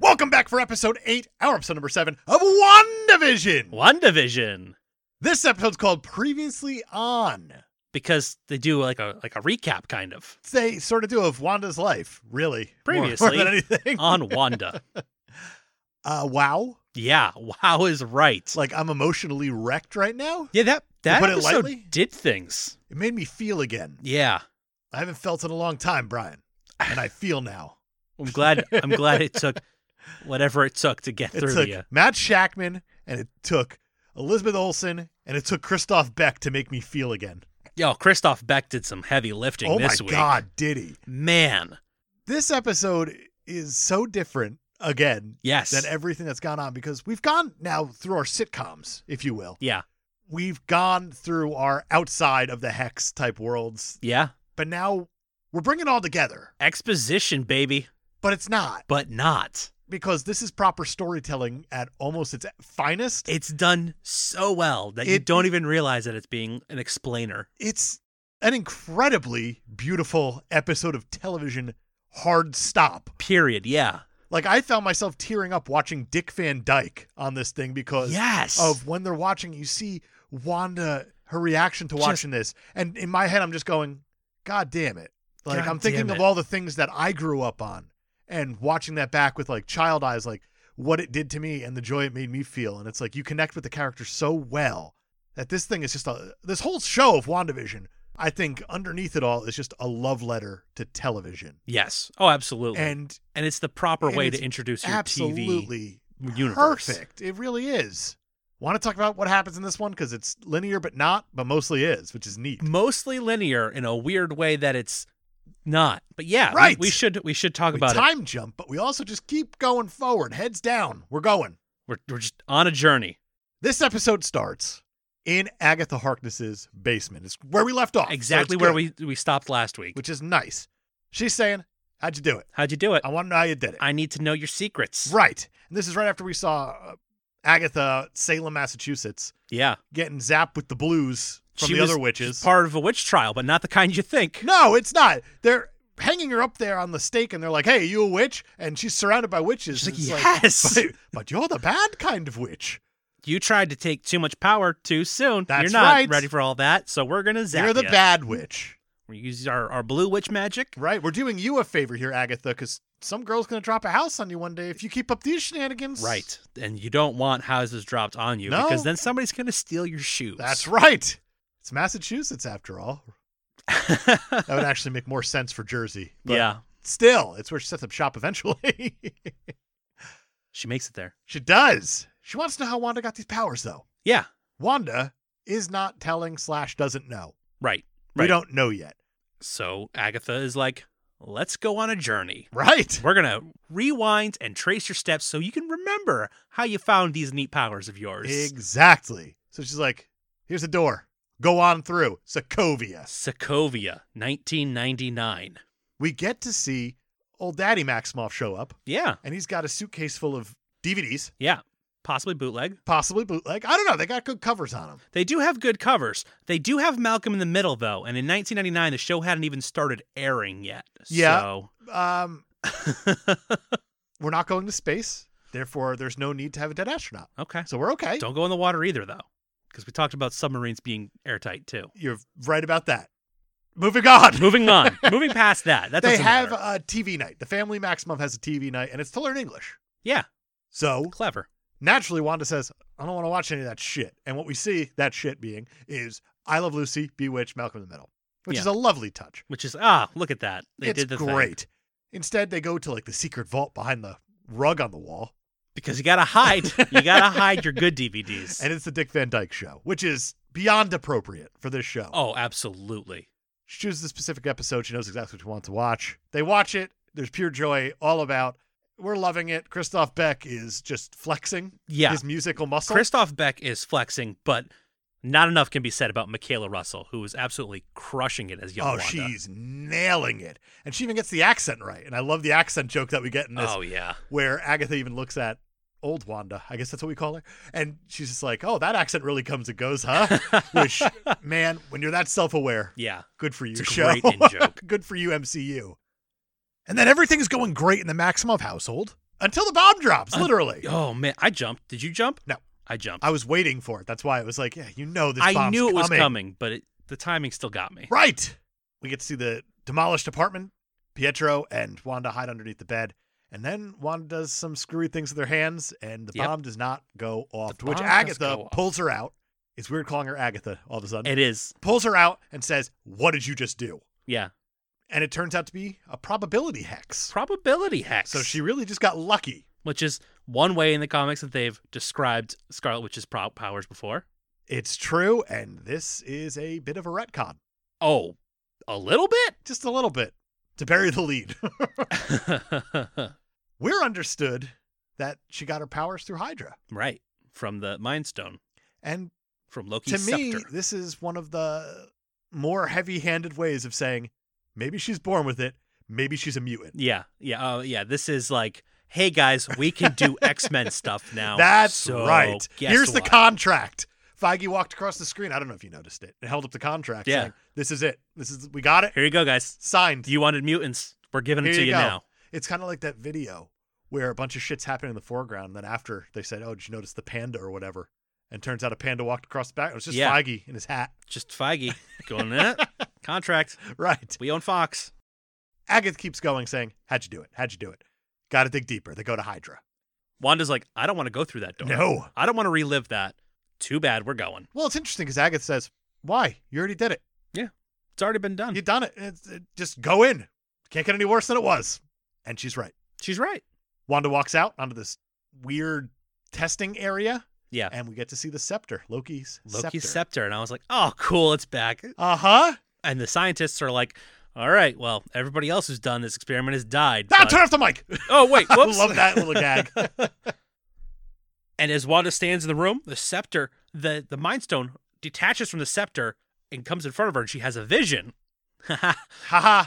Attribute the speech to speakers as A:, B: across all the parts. A: Welcome back for episode 8, our episode number 7 of WandaVision!
B: WandaVision,
A: This episode's called Previously On.
B: because they do like a like a recap kind of
A: It's a sort of do of Wanda's life, really. More-
B: Previously
A: More, than anything.
B: on Wanda.
A: uh, wow.
B: yeah, wow is right.
A: It's like I'm emotionally wrecked right now.
B: yeah, that that
A: put it
B: episode
A: lightly?
B: did things.
A: It made me feel again.
B: Yeah,
A: I haven't felt in a long time, Brian. And I feel now.
B: I'm glad. I'm glad it took whatever it took to get
A: It
B: through uh,
A: took
B: to you.
A: Matt Shackman and it took Elizabeth Olsen and it took Christoph Beck to make me feel again.
B: Yo, Christoph Beck did some heavy lifting
A: oh
B: this
A: my
B: week.
A: god, did he?
B: man!
A: This episode is so different again
B: Yes,
A: than everything that's gone on because we've gone now through our sitcoms, if you will.
B: yeah,
A: We've gone through our outside of the hex type worlds,
B: yeah.
A: but now we're bringing it all together.
B: Exposition, baby,
A: But it's not
B: but not.
A: because this is proper storytelling at almost its finest.
B: It's done so well that you
A: It-
B: don't even realize that it's being an explainer.
A: It's an incredibly beautiful episode of television. Hard stop.
B: Period. Yeah.
A: Like I found myself tearing up watching Dick Van Dyke on this thing because
B: Yes.
A: of when they're watching. You see Wanda, her reaction to
B: Just-
A: watching this. And in my head, I'm just going, God damn it. Like,
B: God
A: I'm thinking
B: damn
A: of
B: it.
A: all the things that I grew up on and watching that back with like child eyes, like what it did to me and the joy it made me feel. And it's like you connect with the character so well that this thing is just a, this whole show of WandaVision, I think underneath it all is just a love letter to television.
B: yes. Oh, absolutely. And,
A: And
B: it's the proper
A: and
B: way
A: it's
B: to introduce your TV.
A: absolutely
B: universe.
A: perfect. It really is. Want to talk about what happens in this one because it's linear but not, but mostly is, which is neat.
B: Mostly linear in a weird way that it's not. But yeah, we-
A: Right.
B: We, should we should talk
A: We
B: about it.
A: time jump, but we also just keep going forward, heads down. We're going.
B: We're we're just on a journey.
A: This episode starts in Agatha Harkness's basement. It's where we left off, so
B: exactly
A: it's
B: where
A: good,
B: we we stopped last week.
A: which is nice. She's saying, "How'd you do it?
B: How'd you do it?
A: I want to know how you did it."
B: I need to know your secrets.
A: Oh, Right, and this is right after we saw uh, Agatha Salem, Massachusetts,
B: Yeah.
A: getting zapped with the blues from
B: She
A: the
B: was
A: other witches.
B: Part of a witch trial, but not the kind you think.
A: No, it's not. They're hanging her up there on the stake, and they're like, "Hey, you a witch?" And she's surrounded by witches.
B: She's like,
A: and it's
B: "Yes."
A: but, but you're the bad kind of witch.
B: You tried to take too much power too soon. You're
A: That's
B: not
A: right.
B: ready for all that, so we're gonna zap
A: you're the
B: ya.
A: bad witch,
B: We use our, our blue witch magic.
A: right? We're doing you a favor here, Agatha, because some girl's gonna drop a house on you one day if you keep up these shenanigans.
B: Right. And you don't want houses dropped on you
A: No.
B: because then somebody's gonna steal your shoes.
A: That's right. It's Massachusetts, after all. That would actually make more sense for Jersey. But
B: yeah.
A: Still, it's where she sets up shop eventually.
B: She makes it there.
A: she does. She wants to know how Wanda got these powers, though.
B: Yeah.
A: Wanda is not telling slash doesn't know.
B: Right.
A: We
B: Right.
A: don't know yet.
B: So Agatha is like, let's go on a journey.
A: Right.
B: We're gonna rewind and trace your steps so you can remember how you found these neat powers of yours.
A: Exactly. So she's like, here's the door. Go on through. Sokovia.
B: Sokovia, 1999.
A: We get to see old daddy Maximoff show up,
B: Yeah,
A: and he's got a suitcase full of DVDs,
B: yeah. Possibly bootleg.
A: possibly bootleg. I don't know. They got good covers on them.
B: They do have good covers. They do have Malcolm in the Middle, though. And in 1999, the show hadn't even started airing yet.
A: Yeah.
B: So,
A: Um, we're not going to space. Therefore, there's no need to have a dead astronaut.
B: okay.
A: So we're okay.
B: Don't go in the water either, though, because we talked about submarines being airtight, too.
A: You're right about that. Moving on.
B: Moving on. Moving past that. That
A: they
B: doesn't
A: have
B: matter.
A: a TV night. The family Maximoff has a TV night, and it's to learn English.
B: Yeah,
A: So
B: clever.
A: naturally Wanda says, I don't want to watch any of that shit. And what we see that shit being is I Love Lucy, Bewitched, Malcolm in the Middle, which
B: Yeah.
A: is a lovely touch.
B: Which is, ah, look at that. They
A: it's
B: did the thing.
A: great. Instead, they go to like the secret vault behind the rug on the wall,
B: Because you got to hide. you got to hide your good DVDs.
A: and it's the Dick Van Dyke show, which is beyond appropriate for this show.
B: oh, absolutely.
A: She chooses the specific episode. She knows exactly what she wants to watch. They watch it. There's pure joy all about. We're loving it. Christoph Beck is just flexing
B: Yeah.
A: his musical muscle.
B: Christoph Beck is flexing, but not enough can be said about Michaela Russell, who is absolutely crushing it as young
A: oh,
B: Wanda.
A: she's nailing it. And she even gets the accent right. And I love the accent joke that we get in this
B: Oh yeah.
A: where Agatha even looks at old Wanda, I guess that's what we call her. And she's just like, oh, that accent really comes and goes, huh? Which, man, when you're that self aware,
B: Yeah.
A: good for you,
B: It's a
A: show.
B: great in joke.
A: good for you, MCU. And then everything's going great in the Maximov household until the bomb drops,
B: Uh,
A: literally.
B: Oh man, I jumped. Did you jump?
A: No.
B: I jumped.
A: I was waiting for it. That's why it was like, yeah, you know this
B: I
A: bomb's
B: knew it was coming, but it, the timing still got me.
A: Right. We get to see the demolished apartment. Pietro and Wanda hide underneath the bed. And then Wanda does some screwy things with her hands, and the
B: Yep.
A: bomb does not go off.
B: The
A: which
B: bomb does
A: Agatha
B: go off.
A: pulls her out. It's weird calling her Agatha all of a sudden.
B: It is.
A: pulls her out and says, What did you just do?
B: Yeah.
A: And it turns out to be a probability hex.
B: Probability hex.
A: So she really just got lucky.
B: which is one way in the comics that they've described Scarlet Witch's pro- powers before.
A: It's true, and this is a bit of a retcon.
B: Oh, a little
A: Just a little bit to bury the lead.
B: bit.
A: We're understood that she got her powers through Hydra.
B: right. From the Mind Stone,
A: And
B: from Loki's
A: to
B: scepter.
A: me, this is one of the more heavy-handed ways of saying maybe she's born with it, maybe she's a mutant.
B: Yeah, yeah, uh, yeah. This is like, hey guys, we can do X Men stuff now.
A: That's
B: So,
A: right.
B: guess
A: Here's the
B: what?
A: contract. Feige walked across the screen. I don't know if you noticed it. It held up the contract.
B: Yeah.
A: saying, this is it. This is we got it
B: Here you go, guys.
A: signed.
B: You wanted mutants. We're giving it
A: Here
B: to
A: you
B: you
A: go.
B: now.
A: It's kind of like that video where a bunch of shit's happening in the foreground. And then after they said, "Oh, did you notice the panda or whatever?" And turns out a panda walked across the back. It was just
B: Yeah.
A: Feige in his hat.
B: Just Feige going that contract.
A: Right.
B: We own Fox.
A: Agatha keeps going, saying, "How'd you do it? How'd you do it?" Got to dig deeper. They go to Hydra.
B: Wanda's like, I don't want to go through that door.
A: No.
B: I don't want to relive that. Too bad. We're going.
A: Well, it's interesting because Agatha says, "Why? You already did it.
B: It's already been done.
A: You done it. It's- it- Just go in. Can't get any worse than it was." And she's right.
B: She's right.
A: Wanda walks out onto this weird testing area,
B: Yeah.
A: and we get to see the scepter, Loki's
B: Loki's scepter.
A: scepter.
B: And I was like, oh, cool, it's back.
A: Uh huh.
B: And the scientists are like, all right, well, everybody else who's done this experiment has died.
A: Now
B: but-
A: Ah, turn off the mic.
B: Oh, wait,
A: I
B: whoops.
A: love that little gag.
B: And as Wanda stands in the room, the scepter, the, the Mind Stone detaches from the scepter and comes in front of her, and she has a vision
A: Haha.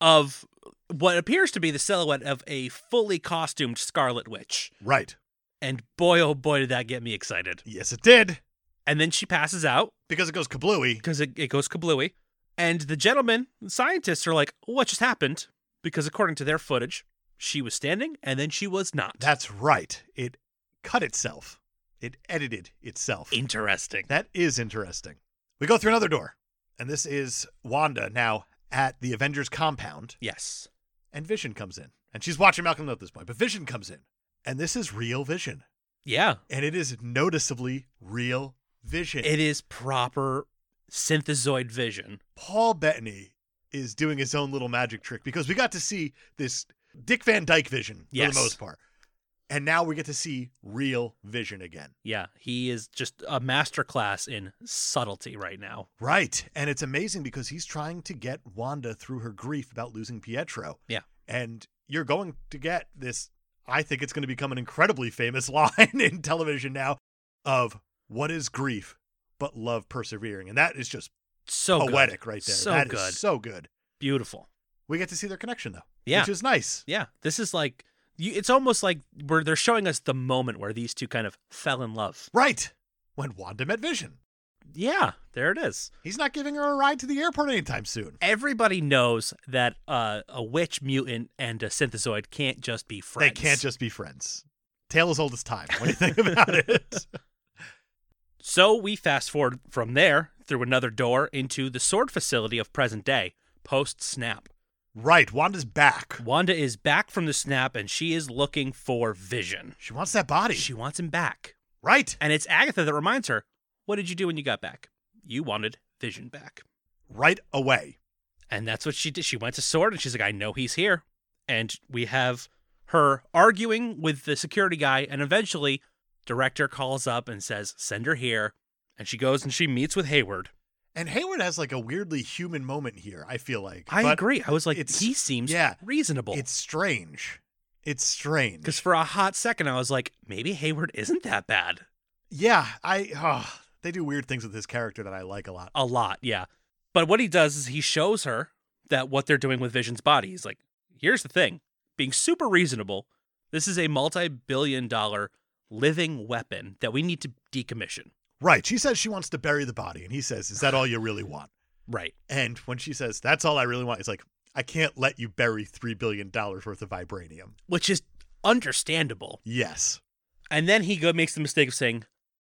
B: of what appears to be the silhouette of a fully costumed Scarlet Witch.
A: Right.
B: And boy, oh boy, did that get me excited.
A: Yes, it did
B: And then she passes out
A: because it goes kablooey.
B: because it, it goes kablooey. And the gentlemen, the scientists, are like, what just happened? Because according to their footage, she was standing and then she was not.
A: That's right. It cut itself. It edited itself.
B: interesting.
A: That is interesting. We go through another door, and this is Wanda now at the Avengers compound,
B: Yes.
A: and Vision comes in. And she's watching Malcolm at this point, but Vision comes in, and this is real Vision,
B: Yeah.
A: and it is noticeably real Vision.
B: It is proper synthesoid vision.
A: Paul Bettany is doing his own little magic trick because we got to see this Dick Van Dyke Vision for
B: Yes.
A: the most part, and now we get to see real Vision again.
B: Yeah. He is just a masterclass in subtlety right now.
A: Right. And it's amazing because he's trying to get Wanda through her grief about losing Pietro.
B: Yeah.
A: And you're going to get this, I think it's going to become an incredibly famous line in television now of what is grief but love persevering. And that is just
B: So good.
A: poetic right there.
B: So
A: That is
B: good.
A: so good.
B: Beautiful.
A: We get to see their connection though.
B: Yeah.
A: Which is nice.
B: Yeah. This is like, you, it's almost like where they're showing us the moment where these two kind of fell in love.
A: Right. When Wanda met Vision.
B: Yeah. There it is.
A: He's not giving her a ride to the airport anytime soon.
B: everybody knows that uh, a witch mutant and a synthesoid can't just be friends.
A: They can't just be friends. Tale as old as time. What do you think about it?
B: So we fast forward from there through another door into the sword facility of present day, post snap.
A: Right. Wanda's back.
B: Wanda is back from the snap and she is looking for Vision.
A: She wants that body.
B: She wants him back.
A: right.
B: And it's Agatha that reminds her, What did you do when you got back? You wanted Vision back.
A: Right away.
B: And that's what she did. She went to Sword and she's like, I know he's here. And we have her arguing with the security guy. And eventually, director calls up and says, Send her here. And she goes and she meets with Hayward.
A: And Hayward has like a weirdly human moment here, I feel like.
B: I
A: But
B: agree. I was like,
A: it's-
B: he seems
A: yeah,
B: reasonable.
A: It's strange. It's strange.
B: Because for a hot second, I was like, maybe Hayward isn't that bad.
A: Yeah, I oh, they do weird things with his character that I like a lot.
B: A lot, yeah. But what he does is he shows her that what they're doing with Vision's body. He's like, here's the thing being super reasonable, this is a multi billion dollar living weapon that we need to decommission.
A: Right. She says she wants to bury the body, and he says, "Is that all you really want?"
B: Right.
A: And when she says, "That's all I really want," he's like, "I can't let you bury three billion dollars worth of vibranium."
B: Which is understandable.
A: Yes.
B: And then he go- makes the mistake of saying,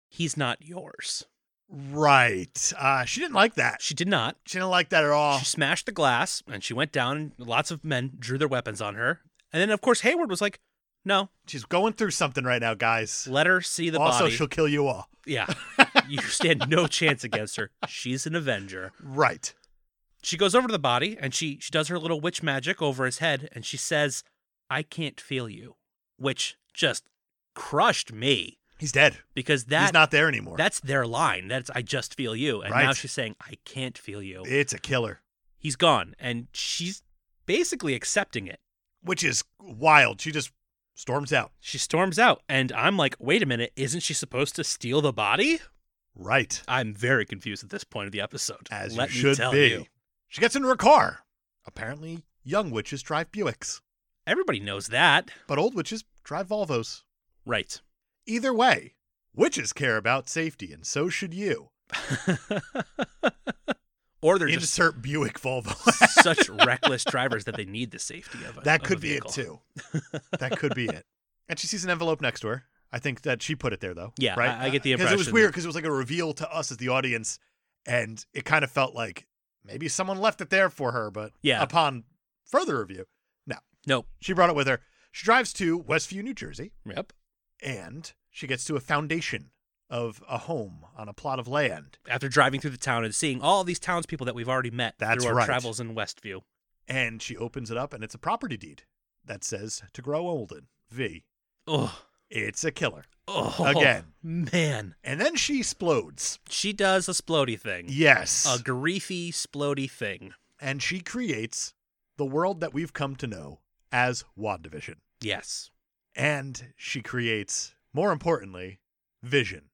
B: he's not yours.
A: Right. Uh, she didn't like that.
B: She did not.
A: She didn't like that at all.
B: She smashed the glass and she went down, and lots of men drew their weapons on her. And then, of course, Hayward was like, no,
A: She's going through something right now, guys.
B: let her see the
A: also,
B: body.
A: she'll kill you all.
B: Yeah. you stand no chance against her. She's an Avenger.
A: Right.
B: She goes over to the body and she she does her little witch magic over his head and she says, "I can't feel you," which just crushed me
A: He's dead.
B: because
A: He's
B: that
A: not there anymore.
B: that's their line. That's "I just feel you," and now
A: Right.
B: she's saying, "I can't feel you."
A: it's a killer,
B: He's gone, and she's basically accepting it.
A: which is wild. She just storms out.
B: She storms out, and I'm like, "Wait a minute! Isn't she supposed to steal the body?"
A: Right.
B: I'm very confused at this point of the episode.
A: As
B: Let
A: you
B: me
A: should
B: tell
A: be.
B: you,
A: She gets into her car. Apparently, young witches drive Buicks,
B: everybody knows that,
A: but old witches drive Volvos.
B: right?
A: Either way, witches care about safety, and so should you.
B: or they're just
A: Insert Buick Volvo.
B: such reckless drivers that they need the safety of a,
A: that
B: of
A: could
B: a
A: be it
B: vehicle.
A: too. That could be it. And she sees an envelope next to her. I think that she put it there though.
B: Yeah,
A: right?
B: I- I get the
A: Because it was
B: impression
A: weird because it was like a reveal to us as the audience, and it kind of felt like maybe someone left it there for her. But
B: Yeah.
A: upon further review, no,
B: Nope.
A: she brought it with her. She drives to Westview, New Jersey.
B: Yep.
A: and she gets to a foundation of a home on a plot of land.
B: After driving through the town and seeing all these townspeople that we've already met
A: That's
B: through our
A: right.
B: travels in Westview,
A: And she opens it up, and it's a property deed that says to grow olden V.
B: oh,
A: It's a killer.
B: oh,
A: Again.
B: man,
A: And then she explodes.
B: she does a splody thing,
A: Yes.
B: a griefy splody thing.
A: and she creates the world that we've come to know as WandaVision.
B: Yes,
A: And she creates, more importantly, Vision.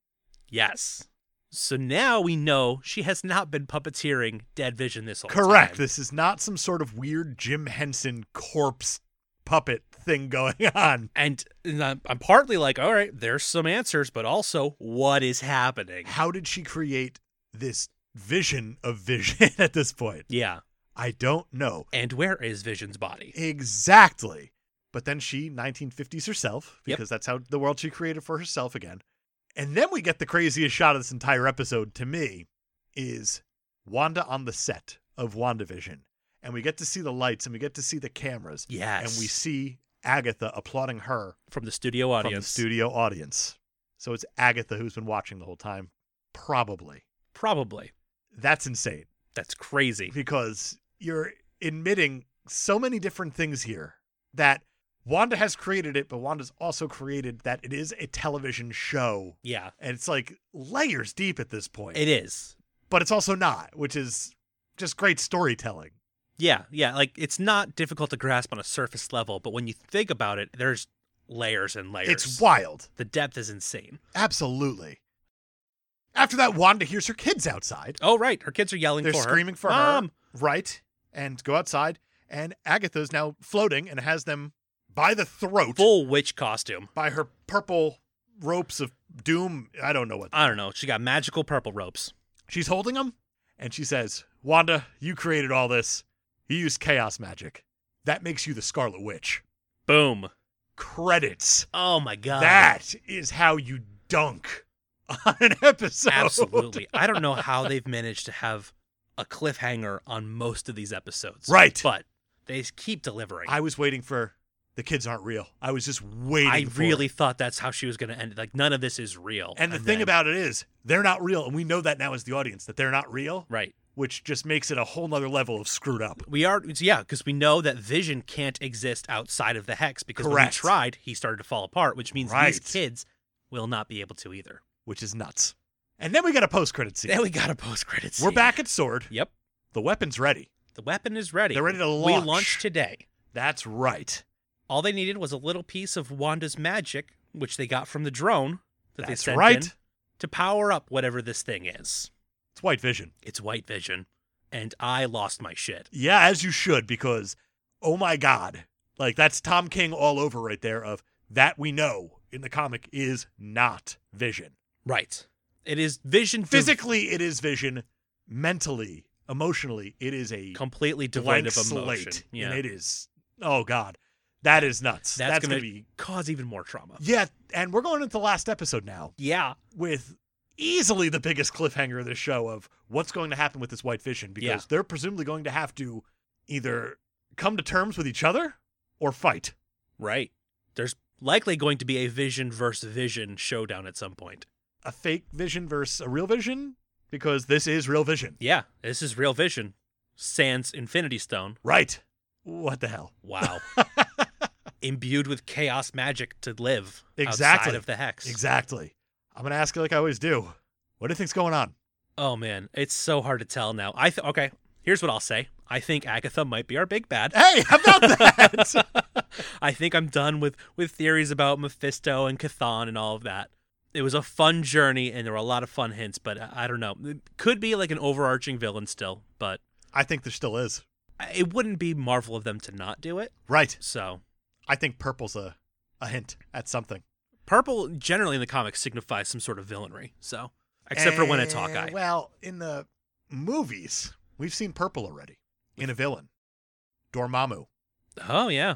B: yes. So now we know she has not been puppeteering Dead Vision this whole
A: Correct.
B: time.
A: This is not some sort of weird Jim Henson corpse puppet thing going on.
B: And, and I'm, I'm partly like, all right, there's some answers, but also, what is happening?
A: how did she create this vision of vision at this point?
B: Yeah.
A: I don't know
B: And where is Vision's body?
A: exactly. But then she 1950s herself
B: Yep.
A: because that's how the world she created for herself again. And then we get the craziest shot of this entire episode to me is Wanda on the set of WandaVision. And we get to see the lights and we get to see the cameras
B: Yes.
A: and we see Agatha applauding her
B: from the studio
A: from the
B: audience.
A: studio audience. So it's Agatha who's been watching the whole time probably.
B: Probably.
A: That's insane.
B: That's crazy.
A: because you're admitting so many different things here that Wanda has created it, but Wanda's also created that it is a television show.
B: Yeah,
A: And it's like layers deep at this point,
B: it is.
A: but it's also not, which is just great storytelling.
B: Yeah, yeah. Like it's not difficult to grasp on a surface level, but when you think about it, there's layers and layers.
A: It's wild.
B: the depth is insane.
A: Absolutely. After that, Wanda hears her kids outside.
B: Oh right, her kids are yelling
A: They're
B: for her.
A: screaming for
B: Mom!
A: her. Right. And go outside. And Agatha's now floating and has them by the throat.
B: Full witch costume.
A: by her purple ropes of doom. I don't know what.
B: I don't know. She got magical purple ropes.
A: She's holding them, and she says, Wanda, you created all this. You used chaos magic. That makes you the Scarlet Witch.
B: Boom.
A: Credits.
B: Oh my god.
A: that is how you dunk on an episode.
B: absolutely. I don't know how they've managed to have a cliffhanger on most of these episodes.
A: Right.
B: But they keep delivering.
A: I was waiting for the kids aren't real. I was just waiting.
B: I
A: for
B: really
A: it.
B: thought that's how she was going to end. it. Like none of this is real.
A: And the thing
B: then-
A: about it is, they're not real, and we know that now as the audience that they're not real,
B: right,
A: which just makes it a whole nother level of screwed up.
B: we are yeah, because we know that Vision can't exist outside of the hex because when he
A: Correct.
B: tried, he started to fall apart, which means these
A: Right.
B: kids will not be able to either.
A: which is nuts. And then we got a post credit scene.
B: Then we got a post credits.
A: We're back at Sword.
B: Yep,
A: The weapon's ready.
B: the weapon is ready.
A: They're ready to
B: We
A: launch.
B: launch today.
A: That's right.
B: All they needed was a little piece of Wanda's magic, which they got from the drone that they
A: That's
B: sent
A: right.
B: in, to power up whatever this thing is.
C: It's White Vision.
B: It's White Vision, and I lost my shit.
C: Yeah, as you should, because oh my god, like that's Tom King all over right there. Of that we know in the comic is not Vision.
B: Right. It is Vision dev-
C: Physically, it is Vision.
A: mentally,
C: Emotionally, it is a
B: completely devoid
C: blank
B: of emotion.
C: slate,
B: Yeah.
C: and it is oh god, that is nuts.
B: That's
C: That's,
B: gonna-
C: gonna be
B: Cause even more trauma.
C: yeah. And we're going into the last episode now.
B: Yeah.
C: with easily the biggest cliffhanger of the show of what's going to happen with this white vision because
B: Yeah.
C: they're presumably going to have to either come to terms with each other or fight.
B: Right. There's likely going to be a Vision versus Vision showdown at some point.
C: A fake vision versus a real vision because this is real vision.
B: Yeah, this is real Vision. Sans Infinity Stone.
C: Right. What the hell?
B: Wow. Imbued with chaos magic to live
C: Exactly.
B: outside of the hex.
C: Exactly. I'm going to ask you like I always do. What do you think's going on?
B: Oh man, it's so hard to tell now. I th- okay. Here's what I'll say. I think Agatha might be our big bad.
C: Hey, how about that?
B: I think I'm done with with theories about Mephisto and Cathan and all of that. It was a fun journey, and there were a lot of fun hints, but I, I don't know. It could be like an overarching villain still, but
A: I think there still is.
B: I- it wouldn't be Marvel of them to not do it.
A: Right.
B: So
A: I think purple's a, a hint at something.
B: purple generally in the comics signifies some sort of villainry. So except for when it's
A: Eh,
B: Hawkeye.
A: Well, in the movies, we've seen purple already in a villain, Dormammu.
B: Oh yeah,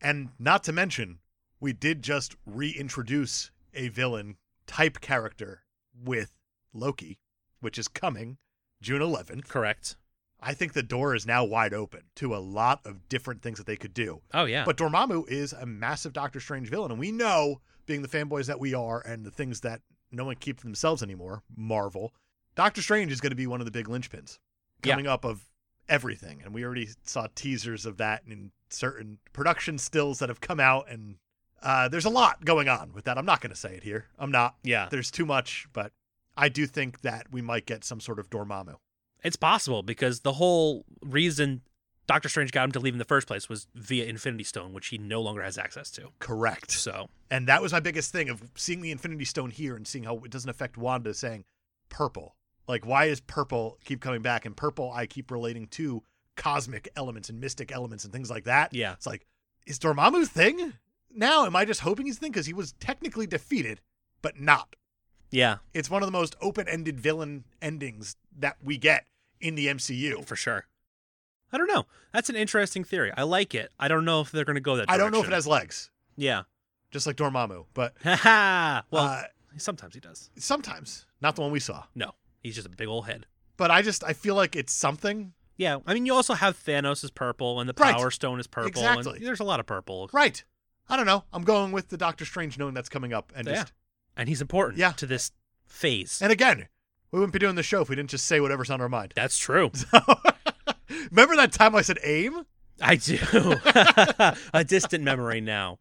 A: And not to mention, we did just reintroduce a villain type character with Loki, which is coming June 11th.
B: correct.
A: I think the door is now wide open to a lot of different things that they could do.
B: Oh yeah,
A: But Dormammu is a massive Doctor Strange villain, and we know, being the fanboys that we are, and the things that no one keeps to themselves anymore, Marvel, Doctor Strange is going to be one of the big linchpins
B: Yeah.
A: coming up of everything, and we already saw teasers of that in certain production stills that have come out, and uh, there's a lot going on with that. I'm not going to say it here. I'm not.
B: yeah.
A: There's too much, but I do think that we might get some sort of Dormammu.
B: It's possible because the whole reason Doctor Strange got him to leave in the first place was via Infinity Stone, which he no longer has access to.
A: Correct.
B: So,
A: And that was my biggest thing of seeing the Infinity Stone here and seeing how it doesn't affect Wanda saying purple. Like, why is purple keep coming back? And purple, I keep relating to cosmic elements and mystic elements and things like that.
B: yeah.
A: It's like, is Dormammu's thing now? Am I just hoping he's thing? Because he was technically defeated, but not.
B: Yeah,
A: It's one of the most open ended villain endings that we get in the MCU.
B: for sure. I don't know. That's an interesting theory. I like it. I don't know if they're going to go that
A: I don't know if it
B: direction.
A: has legs,
B: Yeah.
A: just like Dormammu, but
B: Haha. well,
A: uh,
B: sometimes he does.
A: sometimes, not the one we saw.
B: He's just a big old head.
A: But I just, I feel like it's something
B: Yeah. I mean, you also have Thanos is purple and the
A: Right.
B: Power Stone is purple.
A: Exactly.
B: And there's a lot of purple.
A: Right. I don't know. I'm going with the Doctor Strange knowing that's coming up. And
B: Yeah.
A: just
B: And he's important
A: Yeah.
B: to this phase.
A: and again, we wouldn't be doing the show if we didn't just say whatever's on our mind.
B: That's true.
A: Remember that time I said aim?
B: I do. a distant memory now.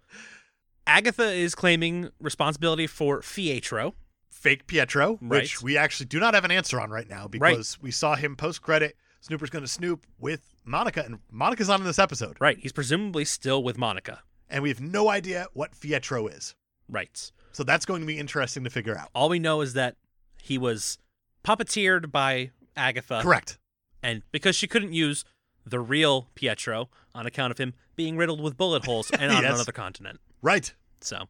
B: Agatha is claiming responsibility for Fietro.
A: Fake Pietro, which
B: Right.
A: we actually do not have an answer on right now because we saw him post credit. Snooper's going to snoop with Monica, and Monica's on in this episode.
B: Right. He's presumably still with Monica.
A: And we have no idea what Pietro is.
B: Right.
A: So that's going to be interesting to figure out.
B: All we know is that he was puppeteered by Agatha.
A: Correct.
B: And because she couldn't use the real Pietro on account of him being riddled with bullet holes and on
A: Yes.
B: another continent.
A: Right.
B: So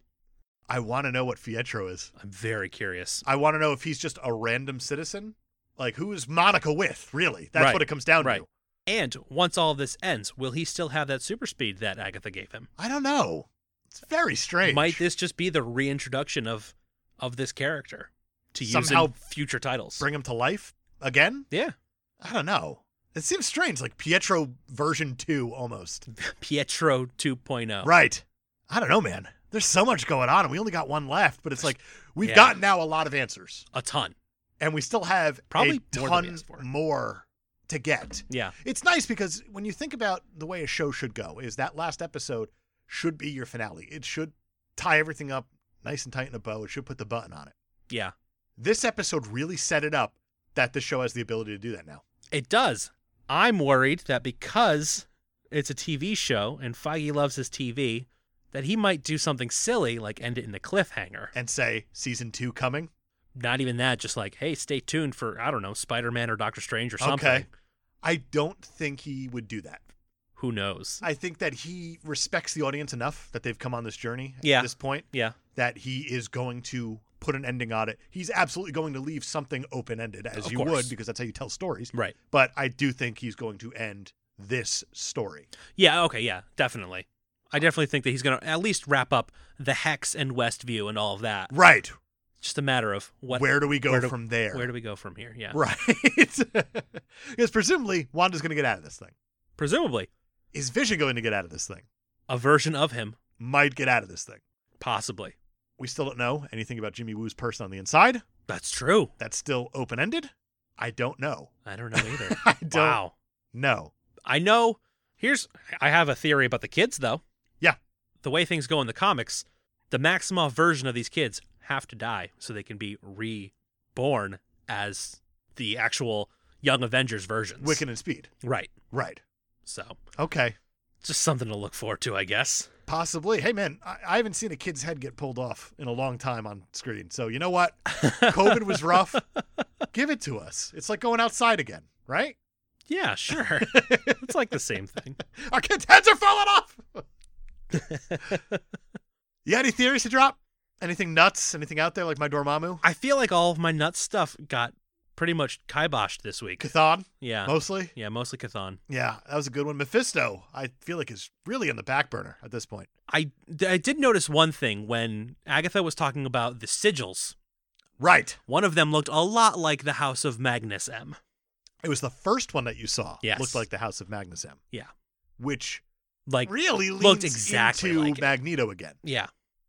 A: I want to know what Pietro is.
B: I'm very curious.
A: I want to know if he's just a random citizen. Like, who is Monica with, really? That's
B: Right.
A: what it comes down
B: Right.
A: to.
B: And once all of this ends, will he still have that super speed that Agatha gave him?
A: I don't know. It's very strange.
B: Might this just be the reintroduction of of this character to use
A: Somehow
B: in future titles?
A: bring him to life again?
B: yeah,
A: I don't know. It seems strange, like Pietro version two almost.
B: Pietro oh. 2.0.
A: Right. I don't know, man. There's so much going on, and we only got one left. But it's like we've
B: Yeah.
A: gotten now a lot of answers,
B: A ton.
A: and we still have
B: Probably
A: a
B: more than we
A: ton
B: asked for.
A: more to get.
B: Yeah,
A: It's nice because when you think about the way a show should go, is that last episode should be your finale. It should tie everything up nice and tight in a bow. It should put the button on it.
B: yeah.
A: This episode really set it up that the show has the ability to do that now.
B: It does. I'm worried that because it's a TV show and Feige loves his TV, that he might do something silly like end it in a cliffhanger.
A: and say season two coming.
B: Not even that, just like, hey, stay tuned for I don't know, Spider Man or Doctor Strange or something.
A: Okay. I don't think he would do that.
B: Who knows?
A: I think that he respects the audience enough that they've come on this journey
B: Yeah.
A: at this point
B: yeah.
A: that he is going to put an ending on it. He's absolutely going to leave something open ended, as
B: Of
A: you
B: course.
A: would, because that's how you tell stories.
B: Right.
A: But I do think he's going to end this story.
B: Yeah, okay, yeah, definitely. I definitely think that he's gonna at least wrap up the Hex and Westview and all of that.
A: Right.
B: Just a matter of what
A: where do we go
B: where do-
A: from there?
B: where do we go from here? Yeah.
A: Right. because presumably Wanda's going to get out of this thing.
B: Presumably
A: Is Vision going to get out of this thing?
B: a version of him,
A: Might get out of this thing.
B: possibly.
A: We still don't know anything about Jimmy Woo's person on the inside.
B: That's true.
A: That's still open ended. I don't know.
B: I don't know either.
A: I don't
B: wow.
A: know.
B: I know. Here's I have a theory about the kids though.
A: Yeah.
B: The way things go in the comics, the Maximoff version of these kids have to die so they can be reborn as the actual Young Avengers versions.
A: Wicked and Speed.
B: Right.
A: Right.
B: So
A: Okay.
B: just something to look forward to, I guess.
A: Possibly. Hey, man, I, I haven't seen a kid's head get pulled off in a long time on screen. So, you know what? COVID was rough. Give it to us. It's like going outside again, right?
B: Yeah, sure. it's like the same thing.
A: Our kids' heads are falling off. you got any theories to drop? Anything nuts? Anything out there like my Dormammu?
B: I feel like all of my nut stuff got pretty much kiboshed this week.
A: Kathan,
B: Yeah.
A: mostly?
B: yeah, mostly Cathan.
A: Yeah, that was a good one. Mephisto, I feel like is really on the back burner at this point.
B: I, I did notice one thing when Agatha was talking about the sigils.
A: Right.
B: One of them looked a lot like the House of Magnus M.
A: It was the first one that you saw.
B: Yes.
A: Looked like the House of Magnus M.
B: Yeah.
A: Which
B: Like,
A: really leans
B: looked exactly
A: into
B: like it.
A: Magneto again.
B: yeah,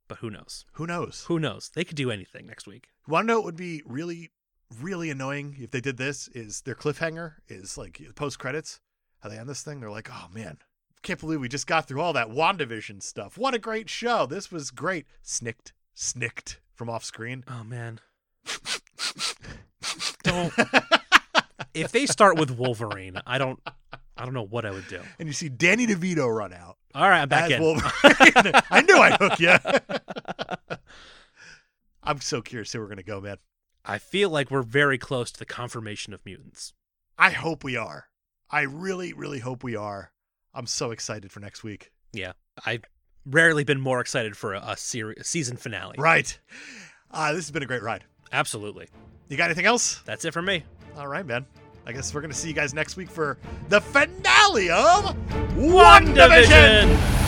B: but who knows?
A: Who knows?
B: Who knows? They could do anything next week.
A: Want to know what would be really, really annoying if they did this? Is their cliffhanger is like post credits? How they end this thing? They're like, oh man, can't believe we just got through all that Wandavision stuff. What a great show! This was great. Snicked, snicked from off screen.
B: Oh man. Don't. if they start with Wolverine, I don't. I don't know what I would do.
A: And you see Danny DeVito run out.
B: All right, I'm back
A: as
B: in.
A: Wolverine. I knew I'd hook you. I'm so curious where we're gonna go, man.
B: I feel like we're very close to the confirmation of mutants.
A: I hope we are. I really, really hope we are. I'm so excited for next week.
B: I've rarely been more excited for a, a, seri- a season finale.
A: Right. Uh, this has been a great ride.
B: Absolutely.
A: You got anything else?
B: That's it for me.
A: All right, man. I guess we're going to see you guys next week for the finale of WandaVision!
B: Division.